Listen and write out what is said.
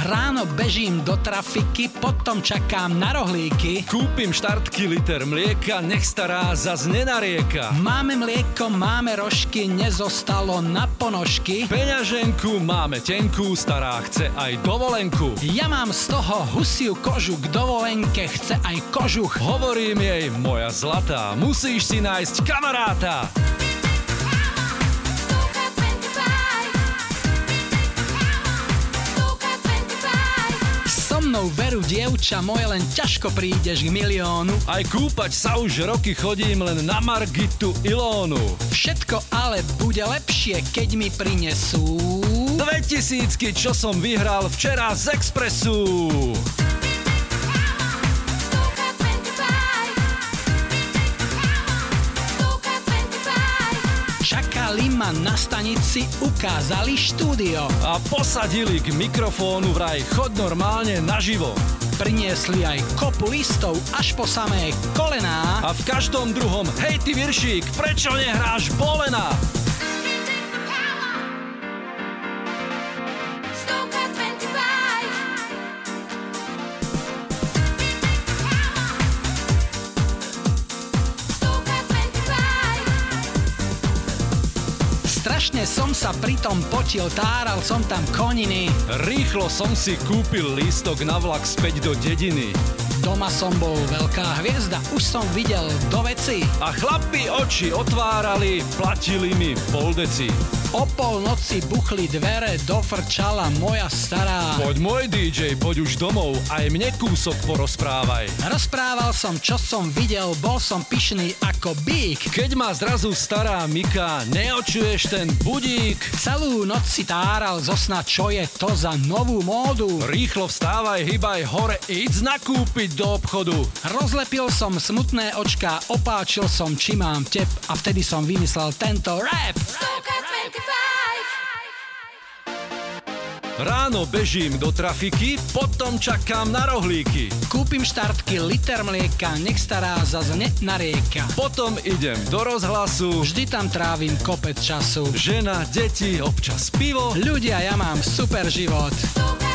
Ráno bežím do trafiky, potom čakám na rohlíky. Kúpim štartky liter mlieka, nech stará zas nenarieka. Máme mlieko, máme rožky, nezostalo na ponožky. Peňaženku máme tenkú, stará chce aj dovolenku. Ja mám z toho husiu kožu, k dovolenke chce aj kožuch. Hovorím jej, moja zlatá, musíš si nájsť kamaráta. So mnou veru, dievča moje, len ťažko prídeš k miliónu. Aj kúpať sa už roky chodím len na Margitu Ilónu. Všetko ale bude lepšie, keď mi prinesú... 2000, čo som vyhral včera z Expressu. Čakali ma na stanici, ukázali štúdio. A posadili k mikrofónu vraj chod normálne naživo. Priniesli aj kopu listov až po samé kolená. A v každom druhom, hej ty viršík, prečo nehráš bolena? Strašne som sa pritom potil, táral som tam koniny. Rýchlo som si kúpil lístok na vlak späť do dediny. Doma som bol veľká hviezda, už som videl do veci. A chlapi oči otvárali, platili mi pol deci. O polnoci buchli dvere, dofrčala moja stará. Poď môj DJ, poď už domov, aj mne kúsok porozprávaj. Rozprával som, čo som videl, bol som pyšný ako bík. Keď ma zrazu stará Mika, neočuješ ten budík. Celú noc si táral zo sna, čo je to za novú módu. Rýchlo vstávaj, hýbaj hore, idz nakúpiť do obchodu. Rozlepil som smutné očka, opáčil som, či mám tep a vtedy som vymyslel tento rap. Ráno bežím do trafiky, potom čakám na rohlíky. Kúpim štartky, liter mlieka, nech stará zas nenarieka. Potom idem do rozhlasu, Vždy tam trávim kopec času. žena, deti, občas pivo. Ľudia, ja mám super život. Super